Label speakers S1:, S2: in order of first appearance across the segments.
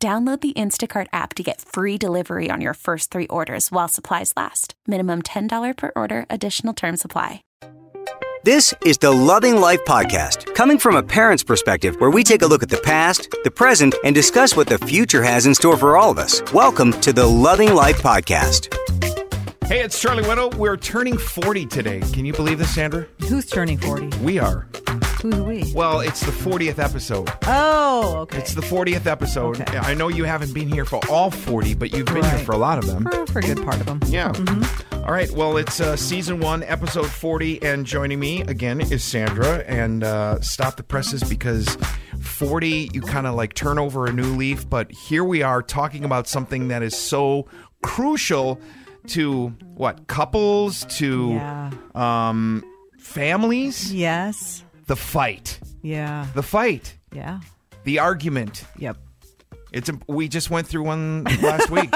S1: Download the Instacart app to get free delivery on your first three orders while supplies last. Minimum $10 per order, additional term supply.
S2: This is the Loving Life Podcast, coming from a parent's perspective, where we take a look at the past, the present, and discuss what the future has in store for all of us. Welcome to the Loving Life Podcast.
S3: Hey, it's Charlie Widow. We're turning 40 today. Can you believe this, Sandra?
S4: Who's turning 40?
S3: We are.
S4: Who's we?
S3: Well, it's the 40th episode.
S4: Oh, okay.
S3: It's the 40th episode.
S4: Okay.
S3: I know you haven't been here for all 40, but you've been here
S4: Right. Mm-hmm.
S3: for a lot of them.
S4: Eh, for a good part of them.
S3: Yeah. All right. Well, it's uh, season one, episode 40, and joining me again is Sandra. And uh, stop the presses because 40, you kind of like turn over a new leaf. But here we are talking about something that is so crucial to what couples, to
S4: Yeah.
S3: um, families,
S4: Yes.
S3: the fight,
S4: Yeah.
S3: the fight,
S4: Yeah.
S3: the argument.
S4: Yep.
S3: It's a, we just went through one last week.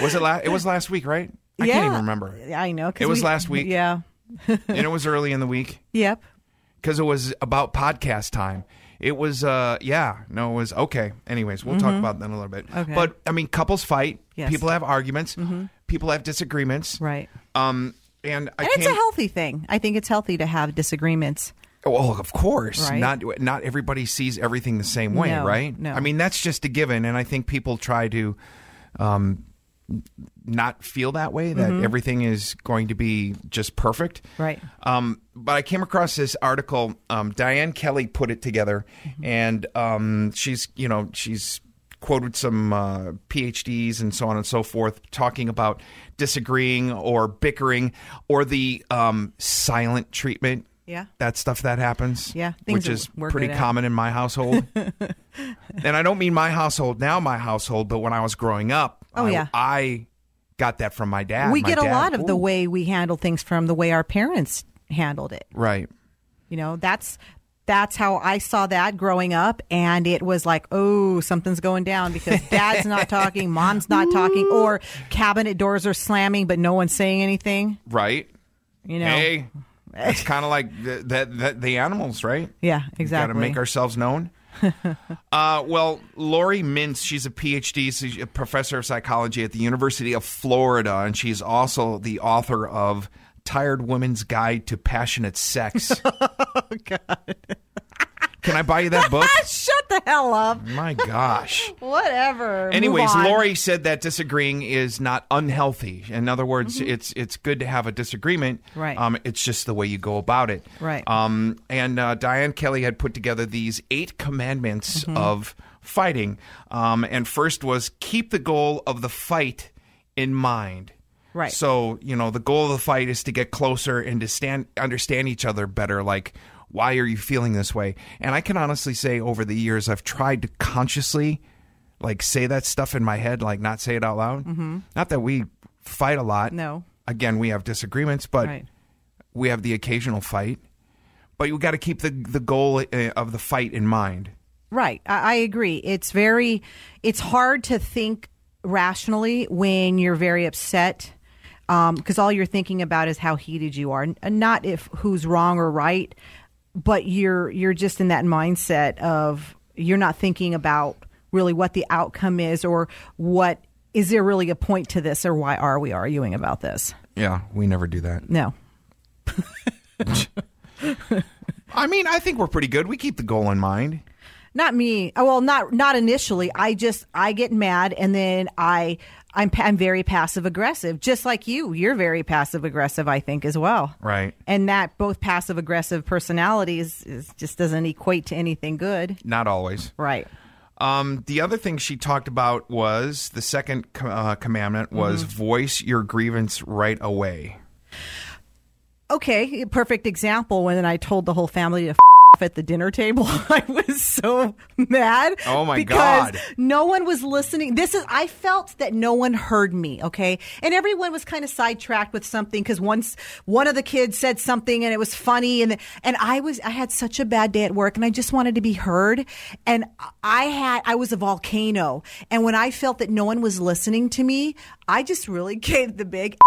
S3: Was it last? It was last week, right? I
S4: yeah.
S3: can't even remember.
S4: I know. 'cause
S3: It was
S4: we-
S3: last week.
S4: Yeah.
S3: and it was early in the week
S4: Yep.
S3: because it was about podcast time. It was, uh, yeah, no, it was okay. Anyways, we'll talk about that in a little bit.
S4: Mm-hmm. Okay.
S3: But I mean, couples fight.
S4: Yes. Mm-hmm.
S3: People have arguments. People have disagreements.
S4: Right.
S3: Um, and I
S4: And
S3: can't.
S4: it's a healthy thing. I think it's healthy to have disagreements.
S3: Well, of course,
S4: Right.
S3: not not everybody sees everything the same way,
S4: No,
S3: right?
S4: no.
S3: I mean, that's just a given, and I think people try to um, not feel that way that
S4: Mm-hmm.
S3: everything is going to be just perfect,
S4: Right.
S3: Um, but I came across this article. Um, Diane Kelly put it together,
S4: Mm-hmm.
S3: and um, she's you know she's quoted some uh, PhDs and so on and so forth talking about disagreeing or bickering or the um, silent treatment
S4: Yeah.
S3: that stuff that happens.
S4: Yeah, things
S3: which
S4: that
S3: is
S4: we're
S3: pretty
S4: good at.
S3: common in my household. and I don't mean my household now, my household, but when I was growing up,
S4: Oh,
S3: I,
S4: yeah.
S3: I got that from my dad.
S4: we
S3: My
S4: get a
S3: dad-
S4: lot of the
S3: Ooh.
S4: way we handle things from the way our parents handled it.
S3: right.
S4: You know, that's that's how I saw that growing up and it was like, oh, something's going down because dad's not talking, mom's not talking, or cabinet doors are slamming but no one's saying anything.
S3: Right.
S4: You know.
S3: Hey, it's kind of like the, the, the, the animals, right?
S4: Yeah, exactly.
S3: Got to make ourselves known. uh, well, Lori Mintz, she's a PhD, she's a professor of psychology at the University of Florida, and she's also the author of Tired Woman's Guide to Passionate Sex.
S4: Oh,
S3: Can I buy you that book?
S4: Shut the hell up.
S3: My gosh.
S4: Whatever. Move
S3: Anyways,
S4: on.
S3: Lori said that disagreeing is not unhealthy. In other words, it's it's good to have a disagreement.
S4: Mm-hmm. Right.
S3: Um, it's just the way you go about it.
S4: Right.
S3: Um, and uh, Diane Kelly had put together these eight commandments
S4: Mm-hmm.
S3: of fighting. Um, and first was keep the goal of the fight in mind.
S4: Right.
S3: So you know the goal of the fight is to get closer and to stand understand each other better. Like. Why are you feeling this way? And I can honestly say over the years, I've tried to consciously like say that stuff in my head, like not say it out loud. Mm-hmm. Not that we fight a lot.
S4: No.
S3: Again, we have disagreements, but
S4: Right.
S3: we have the occasional fight. But you got to keep the the goal uh, of the fight in mind.
S4: Right. I, I agree. It's very, it's hard to think rationally when you're very upset because all you're thinking about is how heated you are, and not if who's wrong or right, but you're you're just in that mindset of you're not thinking about really what the outcome is or what is there really a point to this or why are we arguing about this?
S3: Yeah, we never do that.
S4: No.
S3: I mean, I think we're pretty good. We keep the goal in mind.
S4: Not me. Oh, Well, not not initially. I just I get mad and then I I'm pa- I'm very passive aggressive, just like you. You're very passive aggressive, I think, as well.
S3: Right.
S4: And that both passive aggressive personalities is, just doesn't equate to anything good.
S3: Not always.
S4: Right.
S3: Um, the other thing she talked about was the second co- uh, commandment was voice your grievance right away.
S4: Okay. Perfect example when I told the whole family to f- at the dinner table. I was so mad.
S3: Oh, my
S4: because
S3: God.
S4: No one was listening. This is I felt that no one heard me, okay? And everyone was kind of sidetracked with something cuz once one of the kids said something and it was funny and and I was I had such a bad day at work and I just wanted to be heard and I had I was a volcano and when I felt that no one was listening to me, I just really gave the big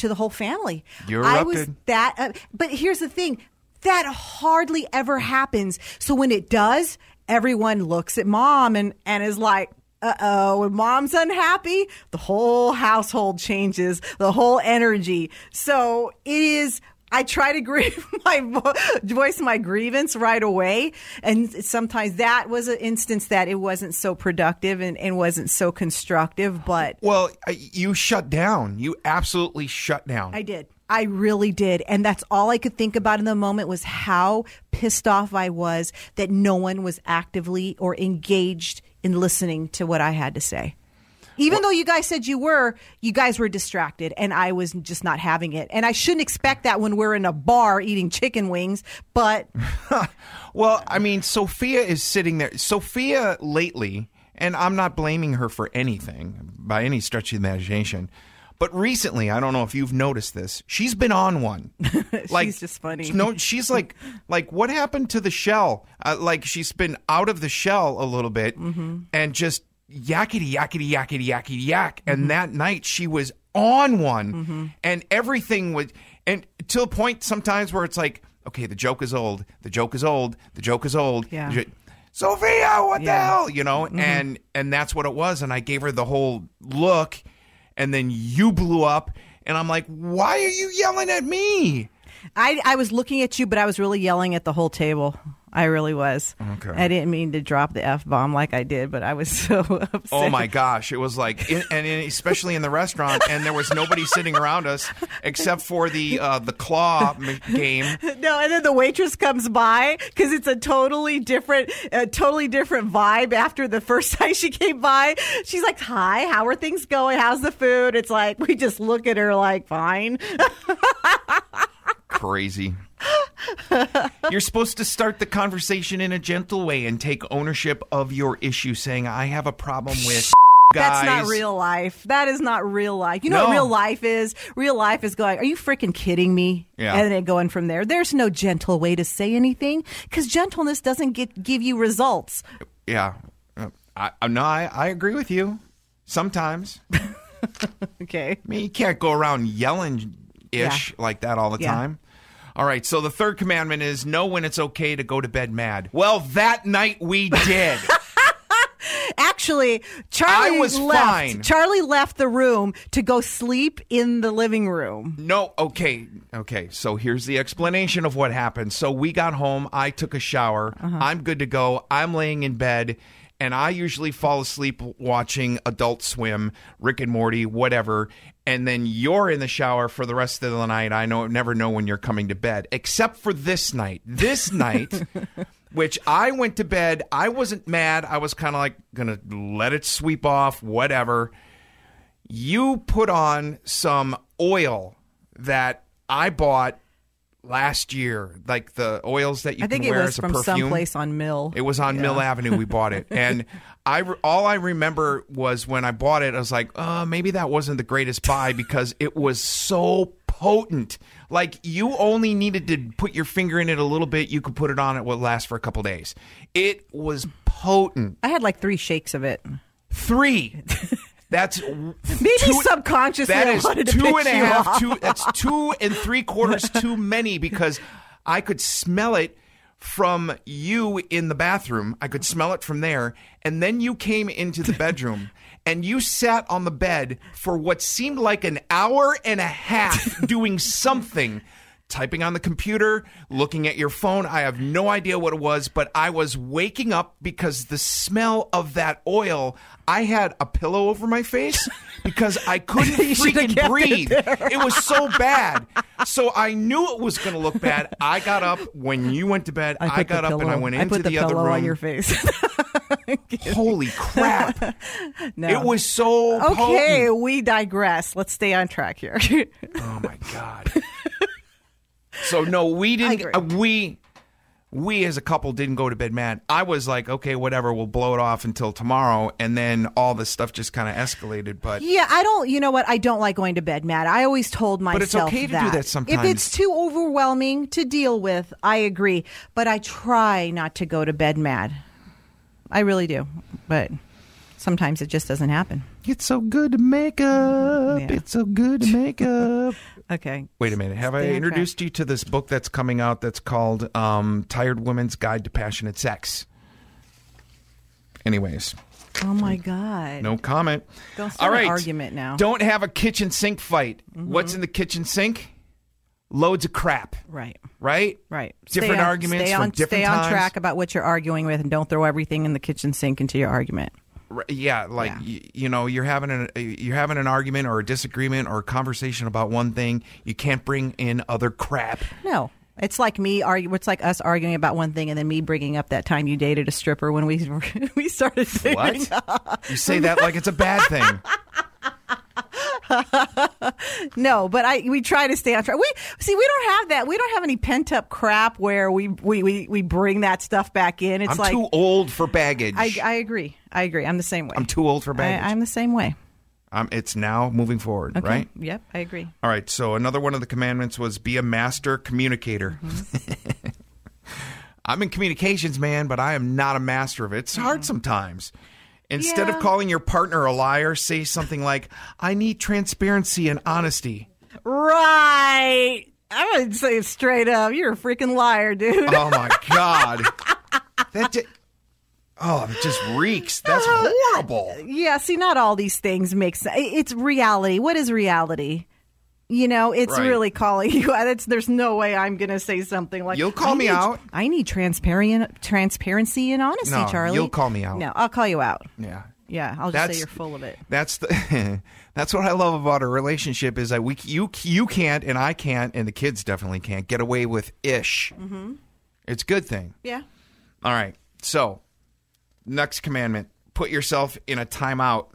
S4: to the whole family.
S3: You
S4: I was
S3: erupted.
S4: that uh, but here's the thing that hardly ever happens so when it does everyone looks at mom and and is like uh-oh when mom's unhappy the whole household changes the whole energy so it is I try to grieve my vo- voice my grievance right away, and sometimes that was an instance that it wasn't so productive and, and wasn't so constructive. But
S3: Well, I- you shut down. You absolutely shut down.
S4: I did. I really did. And that's all I could think about in the moment was how pissed off I was that no one was actively or engaged in listening to what I had to say. Even though you guys said you were, you guys were distracted, and I was just not having it. And I shouldn't expect that when we're in a bar eating chicken wings, but
S3: Well, I mean, Sophia is sitting there. Sophia lately, and I'm not blaming her for anything by any stretch of the imagination, but recently, I don't know if you've noticed this, she's been on one. like,
S4: She's just funny.
S3: No, she's like, like what happened to the shell? Uh, like she's been out of the shell a little bit
S4: Mm-hmm.
S3: and just yakety yakety yakety yakety yak.
S4: Mm-hmm.
S3: And that night she was on one, and everything was, and to a point sometimes where it's like, okay, the joke is old, the joke is old, the joke is old.
S4: Yeah.
S3: The jo- Sophia, what the
S4: Yeah. Mm-hmm.
S3: hell? You know, and and that's what it was. And I gave her the whole look, and then you blew up, and I'm like, why are you yelling at me?
S4: I, I was looking at you, but I was really yelling at the whole table. I really was. Okay. I didn't mean to drop the f bomb like I did, but I was so upset.
S3: Oh my gosh, it was like, in, and in, especially in the restaurant, and there was nobody sitting around us except for the uh, the claw m- game.
S4: No, and then the waitress comes by because it's a totally different, a totally different vibe. After the first time she came by, she's like, "Hi, how are things going? How's the food?" It's like we just look at her like, "Fine."
S3: Crazy. You're supposed to start the conversation in a gentle way and take ownership of your issue, saying, "I have a problem with."
S4: That's
S3: Guys.
S4: not real life. That is not real life. You know
S3: No.
S4: what real life is? Real life is going, are you freaking kidding me?
S3: Yeah.
S4: And then going from there. There's no gentle way to say anything because gentleness doesn't get give you results.
S3: Yeah, Uh, I, I no, I, I agree with you. Sometimes, I
S4: Okay.
S3: mean, you can't go around yelling ish like that all the
S4: Yeah.
S3: time. All right, so the third commandment is know when it's okay to go to bed mad. Well, that night we did.
S4: Actually, Charlie
S3: I was
S4: left.
S3: fine.
S4: Charlie left the room to go sleep in the living room.
S3: No, okay, okay. So here's the explanation of what happened. So we got home. I took a shower. I'm good to go. I'm laying in bed, and I usually fall asleep watching Adult Swim, Rick and Morty, whatever. And then you're in the shower for the rest of the night. I know, never know when you're coming to bed, except for this night. This night. Which I went to bed. I wasn't mad. I was kind of like, gonna let it sweep off, whatever you put on some oil that I bought last year, like the oils that you
S4: I think
S3: can
S4: it
S3: wear
S4: was
S3: as a
S4: from
S3: perfume.
S4: someplace on Mill.
S3: It was on Mill Avenue. We bought it, and I re- all I remember was when I bought it, I was like, uh, maybe that wasn't the greatest buy because it was so potent. Like you only needed to put your finger in it a little bit. You could put it on; it would last for a couple days. It was potent.
S4: I had like three shakes of it.
S3: Three. That's maybe
S4: Maybe subconsciously
S3: that
S4: I
S3: is
S4: wanted to
S3: two and
S4: piss
S3: a
S4: you
S3: half-
S4: off.
S3: two- that's two and three quarters too many because I could smell it from you in the bathroom. I could smell it from there, and then you came into the bedroom. And you sat on the bed for what seemed like an hour and a half doing something, typing on the computer, looking at your phone. I have no idea what it was, but I was waking up because the smell of that oil. I had a pillow over my face because I couldn't
S4: You should've
S3: freaking
S4: kept it
S3: breathe. It, was so bad. So I knew it was going to look bad. I got up when you went to bed. I,
S4: put the
S3: got up and I
S4: pillow-
S3: went
S4: I
S3: into
S4: put the,
S3: other
S4: pillow
S3: room.
S4: on your face.
S3: Holy crap!
S4: no.
S3: It was so
S4: Okay,
S3: potent.
S4: we digress. Let's stay on track here.
S3: Oh my god. So no, we didn't.
S4: agree.
S3: uh, we we as a couple didn't go to bed mad. I was like, okay, whatever, we'll blow it off until tomorrow, and then all this stuff just kind of escalated. But
S4: Yeah, I don't. You know what? I don't like going to bed mad. I always told myself
S3: it's okay to do that sometimes.
S4: If it's too overwhelming to deal with, I agree. But I try not to go to bed mad. I really do, but sometimes it just doesn't happen.
S3: it's so good to make up.
S4: Yeah.
S3: It's so good to make up.
S4: Okay.
S3: Wait a minute. Have I
S4: Stay on
S3: introduced you to this book that's coming out that's called um, Tired Woman's Guide to Passionate Sex? Anyways,
S4: Oh my god.
S3: no comment.
S4: Don't start
S3: All right.
S4: an argument now. Mm-hmm.
S3: Don't have a kitchen sink fight. What's in the kitchen sink? Loads of crap,
S4: Right.
S3: right?
S4: Right.
S3: Different
S4: stay on,
S3: arguments
S4: stay
S3: from
S4: on,
S3: different
S4: Stay on
S3: times.
S4: track about what you're arguing with, and don't throw everything in the kitchen sink into your argument.
S3: R- yeah like
S4: Yeah.
S3: Y- you know you're having an uh, you're having an argument or a disagreement or a conversation about one thing you can't bring in other crap
S4: No. It's like me argue. It's like us arguing about one thing, and then me bringing up that time you dated a stripper when we we started. dating.
S3: what you say that like it's a bad thing
S4: No, but I we try to stay on track. We see we don't have that. We don't have any pent up crap where we we, we we bring that stuff back in. It's
S3: i'm
S4: like
S3: too old for baggage
S4: I I agree. I agree. I'm the same way.
S3: am too old for baggage
S4: I, am the same way.
S3: Um, it's now moving forward
S4: Okay.
S3: right
S4: Yep. I agree.
S3: all right so another one of the commandments was be a master communicator
S4: Mm-hmm.
S3: i'm in communications man but i am not a master of it it's hard sometimes Instead of
S4: Mm-hmm. Yeah.
S3: calling your partner a liar, say something like, I need transparency and honesty.
S4: Right. I'm gonna say it straight up. You're a freaking liar, dude.
S3: Oh my god. That ju- Oh, it just reeks. That's horrible.
S4: Yeah, see, not all these things make sense. It's reality. What is reality? You know, it's
S3: Right.
S4: really calling you out. It's, there's no way I'm going to say something like
S3: You'll call
S4: I
S3: me
S4: need-
S3: out.
S4: I need transparent, transparency and honesty,
S3: No,
S4: Charlie.
S3: you'll call me out.
S4: No, I'll call you out.
S3: Yeah.
S4: Yeah, I'll just
S3: That's-
S4: say you're full of it.
S3: That's the That's what I love about a relationship is that we you you can't and I can't and the kids definitely can't get away with ish. Mm-hmm. It's a good thing.
S4: Yeah.
S3: All right. So, next commandment, put yourself in a timeout.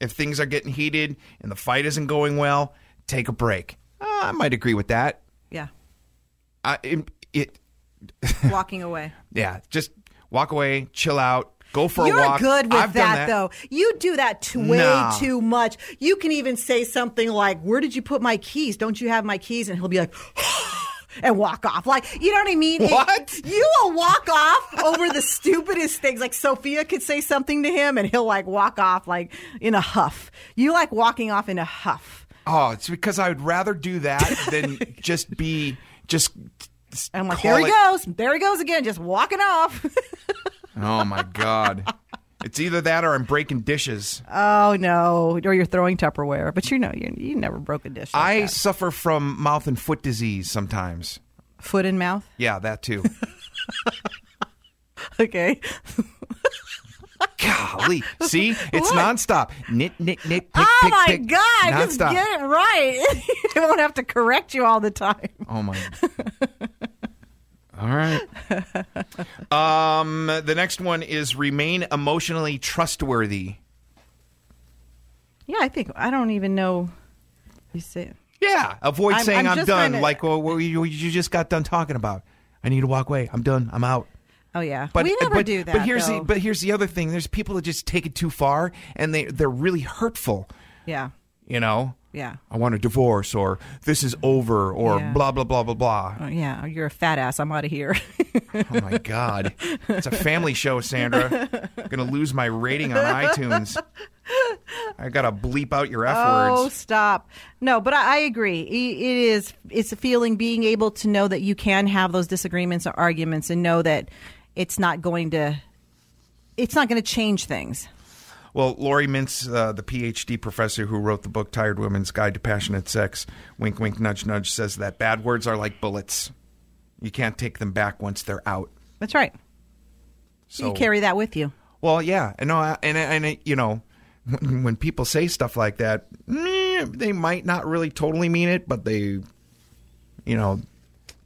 S3: If things are getting heated and the fight isn't going well, take a break. Uh, I might agree with that.
S4: Yeah.
S3: I it, it
S4: Walking away.
S3: Yeah, just walk away, chill out, go for
S4: You're
S3: a walk.
S4: good with
S3: I've done
S4: that, though. You do that t- way
S3: No.
S4: too much. You can even say something like, "Where did you put my keys? Don't you have my keys?" And he'll be like. And walk off. Like, you know what I mean? It-
S3: What?
S4: you will walk off over the stupidest things. Like, Sophia could say something to him and he'll, like, walk off, like, in a huff. You like walking off in a huff.
S3: Oh, it's because I would rather do that than just be just.
S4: And I'm like,
S3: call
S4: there he
S3: it-
S4: goes. There he goes again, just walking off.
S3: Oh my god, it's either that or I'm breaking dishes.
S4: oh, no. Or you're throwing Tupperware. But you know, you, you never broke a dish. like
S3: I
S4: that.
S3: suffer from mouth and foot disease sometimes.
S4: Foot in mouth.
S3: Yeah, that too.
S4: Okay.
S3: Golly, see, it's
S4: What?
S3: nonstop. Knit, knit, knit. Pick,
S4: Oh
S3: pick,
S4: my
S3: pick.
S4: God! Just
S3: Nonstop.
S4: get it right. I won't have to correct you all the time.
S3: Oh my. All right. Um, the next one is remain emotionally trustworthy.
S4: Yeah, I think I don't even know. You say
S3: Yeah, avoid
S4: I'm-
S3: saying
S4: I'm
S3: I'm,
S4: just
S3: done.
S4: kinda-
S3: Like well, what you, what you just got done talking about. I need to walk away. I'm done. I'm out.
S4: Oh yeah,
S3: But
S4: we never
S3: but,
S4: do that.
S3: But here's
S4: though.
S3: the but here's the other thing. There's people that just take it too far, and they they're really hurtful.
S4: yeah,
S3: You know.
S4: yeah,
S3: I want a divorce, or this is over, or
S4: Yeah.
S3: blah blah blah blah blah.
S4: oh, yeah. You're a fat ass. I'm out of here.
S3: Oh my God. It's a family show, Sandra. I'm going to lose my rating on iTunes. I got to bleep out your F
S4: oh,
S3: words.
S4: stop. No, but I, I agree. I- It is. It's a feeling being able to know that you can have those disagreements or arguments, and know that it's not going to. It's not going to change things.
S3: Well, Lori Mintz, uh, the PhD professor who wrote the book Tired Women's Guide to Passionate Sex, wink, wink, nudge, nudge, says that bad words are like bullets. You can't take them back once they're out.
S4: That's right.
S3: So
S4: You carry that with you.
S3: Well, yeah, and no, I- and and it- you know, when when people say stuff like that, eh, they might not really totally mean it, but they, you know,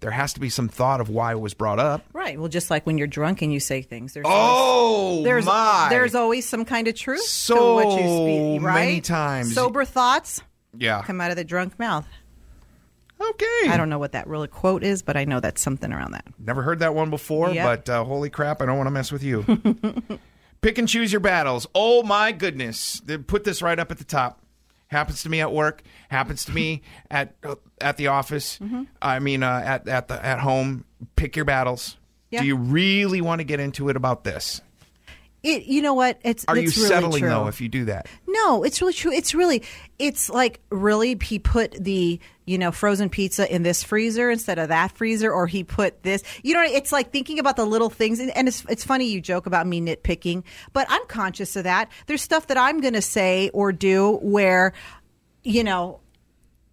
S3: there has to be some thought of why it was brought up.
S4: Right. Well, just like when you're drunk and you say things. There's
S3: Oh
S4: there's
S3: my!
S4: there's always some kind of truth
S3: So
S4: to what you speak, right?
S3: many times.
S4: Sober thoughts
S3: yeah.
S4: come out of the drunk mouth.
S3: Okay.
S4: I don't know what that really quote is, but I know that's something around that.
S3: Never heard that one before,
S4: Yep.
S3: but uh, holy crap, I don't want to mess with you. Pick and choose your battles. Oh my goodness. They put this right up at the top. Happens to me at work, happens to me at uh, at the office.
S4: Mm-hmm.
S3: I mean uh, at at the at home. Pick your battles.
S4: Yeah.
S3: Do you really want to get into it about this?
S4: It, you know what? It's
S3: Are
S4: it's
S3: you
S4: really
S3: settling
S4: true.
S3: though if you do that?
S4: No, it's really true. It's really, it's like really, he put the you know frozen pizza in this freezer instead of that freezer, or he put this. You know, it's like thinking about the little things, and, and it's it's funny you joke about me nitpicking, but I'm conscious of that. There's stuff that I'm going to say or do where, you know.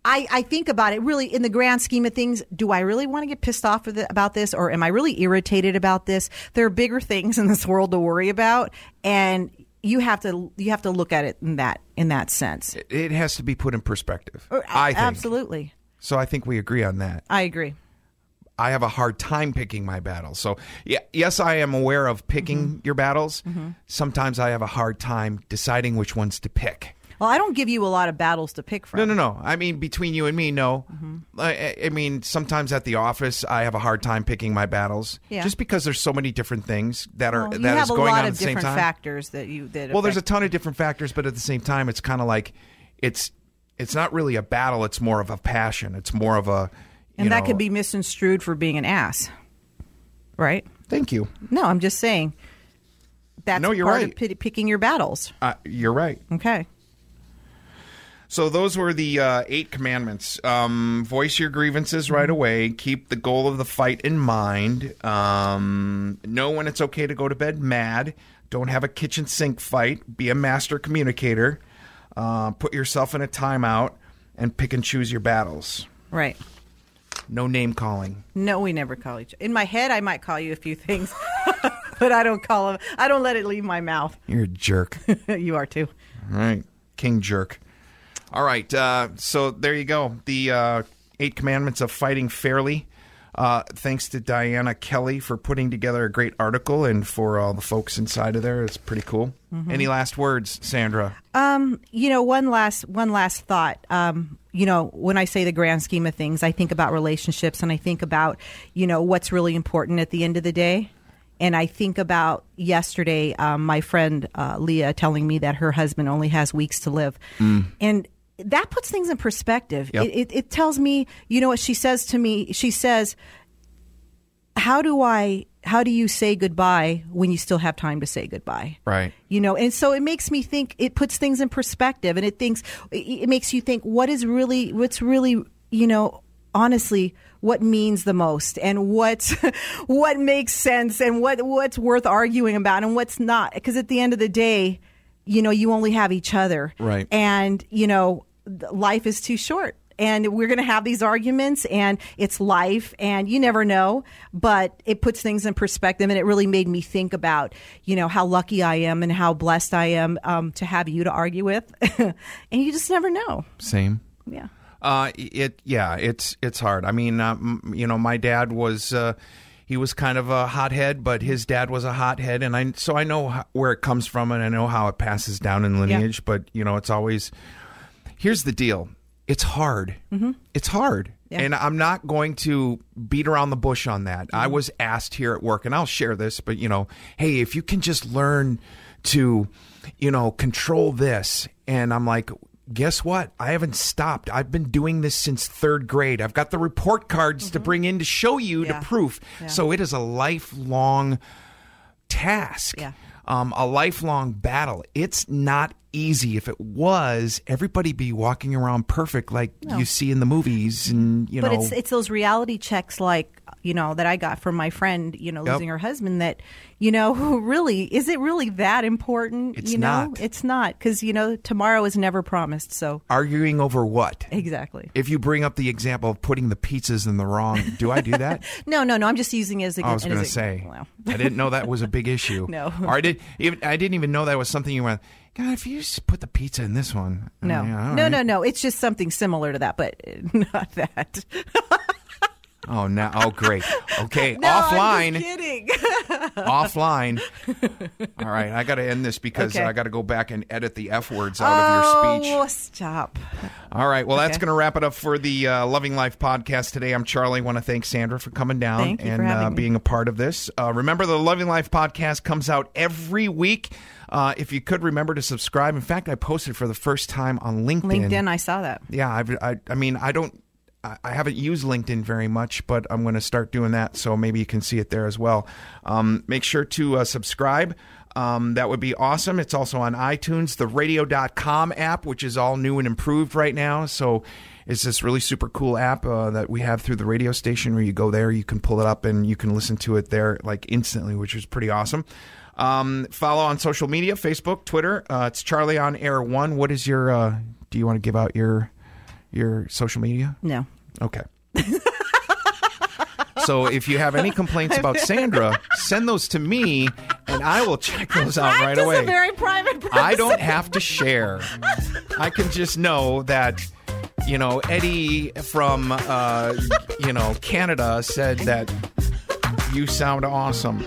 S4: I, I think about it really in the grand scheme of things. Do I really want to get pissed off with it- about this, or am I really irritated about this? There are bigger things in this world to worry about, and you have to you have to look at it in that in that sense.
S3: It has to be put in perspective.
S4: Or-
S3: I think.
S4: absolutely,
S3: So I think we agree on that.
S4: I agree.
S3: I have a hard time picking my battles. So, yeah, yes, I am aware of picking
S4: Mm-hmm.
S3: your battles. Sometimes I have a hard time deciding which ones to pick.
S4: Well, I don't give you a lot of battles to pick from.
S3: No, no, no. I mean, between you and me, no.
S4: Mm-hmm.
S3: I- I, I mean, sometimes at the office, I have a hard time picking my battles,
S4: Yeah.
S3: just because there's so many different things that are
S4: Well, you
S3: that
S4: have
S3: is
S4: a
S3: going on
S4: lot of
S3: at the same
S4: different
S3: time.
S4: factors that you that.
S3: well, there's a
S4: affect-
S3: ton of different factors, but at the same time, it's kind of like it's it's not really a battle. It's more of a passion. It's more of a you
S4: and that
S3: know-
S4: could be misconstrued for being an ass, right?
S3: Thank you.
S4: No, I'm just saying. That's
S3: No, you're
S4: part
S3: right.
S4: of pi- picking your battles.
S3: Uh, you're right.
S4: Okay.
S3: So those were the uh, eight commandments. Um, voice your grievances right away. Keep the goal of the fight in mind. Um, know when it's okay to go to bed mad. Don't have a kitchen sink fight. Be a master communicator. Uh, put yourself in a timeout and pick and choose your battles.
S4: Right.
S3: No name calling.
S4: No, we never call each. In my head, I might call you a few things, but I don't call them. I don't let it leave my mouth.
S3: You're a jerk.
S4: you are too.
S3: All right, King Jerk. All right, uh, so there you go. The uh, Eight Commandments of Fighting Fairly. Uh, thanks to Diana Kelly for putting together a great article and for all the folks inside of there. It's pretty cool. Any last words, Sandra?
S4: You know, one last one last thought. Um, you know, when I say the grand scheme of things, I think about relationships and I think about you know what's really important at the end of the day. And I think about yesterday, um, my friend uh, Leah telling me that her husband only has weeks to live, and that puts things in perspective.
S3: Yep.
S4: It, it, it tells me, you know, what she says to me. She says, how do I how do you say goodbye when you still have time to say goodbye?
S3: Right.
S4: You know, and so it makes me think it puts things in perspective and it thinks it- it makes you think what is really what's really, you know, honestly what means the most and what's what makes sense and what what's worth arguing about and what's not because at the end of the day, you know, you only have each other.
S3: Right.
S4: And, you know, th- life is too short. And we're going to have these arguments, and it's life, and you never know. But it puts things in perspective, and it really made me think about, you know, how lucky I am and how blessed I am um, to have you to argue with. and you just never know.
S3: Same.
S4: Yeah.
S3: Uh, it yeah, it's it's hard. I mean, uh, m- you know, my dad was uh, he was kind of a hothead, but his dad was a hothead, and I so I know h- where it comes from, and I know how it passes down in lineage. But you know, it's always here's the deal: it's hard. It's hard.
S4: Mm-hmm. Yeah.
S3: And I'm not going to beat around the bush on that. I
S4: Mm-hmm.
S3: was asked here at work, and I'll share this, but you know, hey, if you can just learn to, you know, control this, and I'm like, guess what? I haven't stopped. I've been doing this since third grade. I've got the report cards to bring in to show you
S4: Mm-hmm. Yeah.
S3: to proof. So it is a lifelong task,
S4: Yeah.
S3: um, a lifelong battle. It's not easy. If it was, everybody be walking around perfect like you see in the movies, and you
S4: but
S3: know,
S4: it's it's those reality checks like you know that I got from my friend you know
S3: Yep.
S4: losing her husband that you know who really is it really that important
S3: It's
S4: you know
S3: not.
S4: it's not because you know tomorrow is never promised so
S3: arguing over what.
S4: exactly
S3: If you bring up the example of putting the pizzas in the wrong, do I do that?
S4: no no no I'm just using it as a
S3: I was
S4: as
S3: going
S4: a-
S3: to say,
S4: well,
S3: I didn't know that was a big issue.
S4: No.
S3: or I did. Even, I didn't even know that was something you went. God, if you just put the pizza in this one, I
S4: no
S3: mean, all
S4: no
S3: right."
S4: no no it's just something similar to that but not that
S3: Oh no! Oh great. Okay,
S4: no,
S3: offline.
S4: I'm just kidding
S3: offline. All right, I got to end this because
S4: Okay.
S3: I got to go back and edit the f words out
S4: oh
S3: of your speech.
S4: stop
S3: All right. Well, that's
S4: Okay.
S3: going to wrap it up for the uh, Loving Life podcast today. I'm Charlie. want to thank Sandra for coming down
S4: Thank you for
S3: and
S4: having
S3: uh,
S4: me.
S3: being a part of this. Uh, remember, the Loving Life podcast comes out every week. Uh, if you could remember to subscribe. In fact, I posted for the first time on LinkedIn.
S4: LinkedIn, I saw that.
S3: Yeah. I've, I, I mean, I don't. I I haven't used LinkedIn very much, but I'm going to start doing that. So maybe you can see it there as well. Um, make sure to uh, subscribe. Um, that would be awesome. It's also on iTunes, the radio.com app, which is all new and improved right now. So it's this really super cool app uh, that we have through the radio station where you go there, you can pull it up and you can listen to it there like instantly, which is pretty awesome. Um, follow on social media Facebook, Twitter. Uh, it's Charlie on Air One. What is your, uh, do you want to give out your, your social media?
S4: No.
S3: Okay. so if you have any complaints about Sandra, send those to me and I will check those out right
S4: just
S3: away.
S4: a very private person.
S3: I don't have to share. I can just know that you know Eddie from uh, you know Canada said that you sound awesome.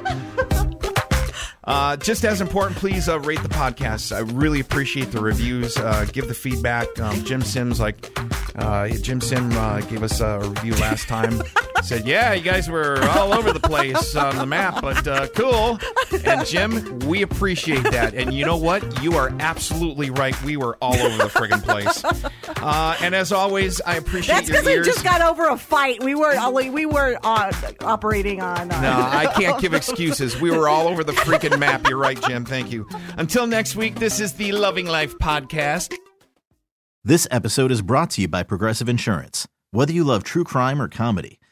S3: Uh, just as important, please uh, rate the podcast. I really appreciate the reviews. Uh, give the feedback. Um, Jim Sims, like uh, Jim Sim, uh, gave us a review last time. Said, "Yeah, you guys were all over the place on the map, but uh, cool." And Jim, we appreciate that. And you know what? You are absolutely right. We were all over the friggin' place. Uh, and as always, I appreciate
S4: That's
S3: your
S4: because we
S3: ears.
S4: just got over a fight. We were we were uh, operating on. Uh,
S3: No, I can't give excuses. We were all over the freaking map. You're right, Jim. Thank you. Until next week, this is the Loving Life Podcast.
S5: This episode is brought to you by Progressive Insurance. Whether you love true crime or comedy,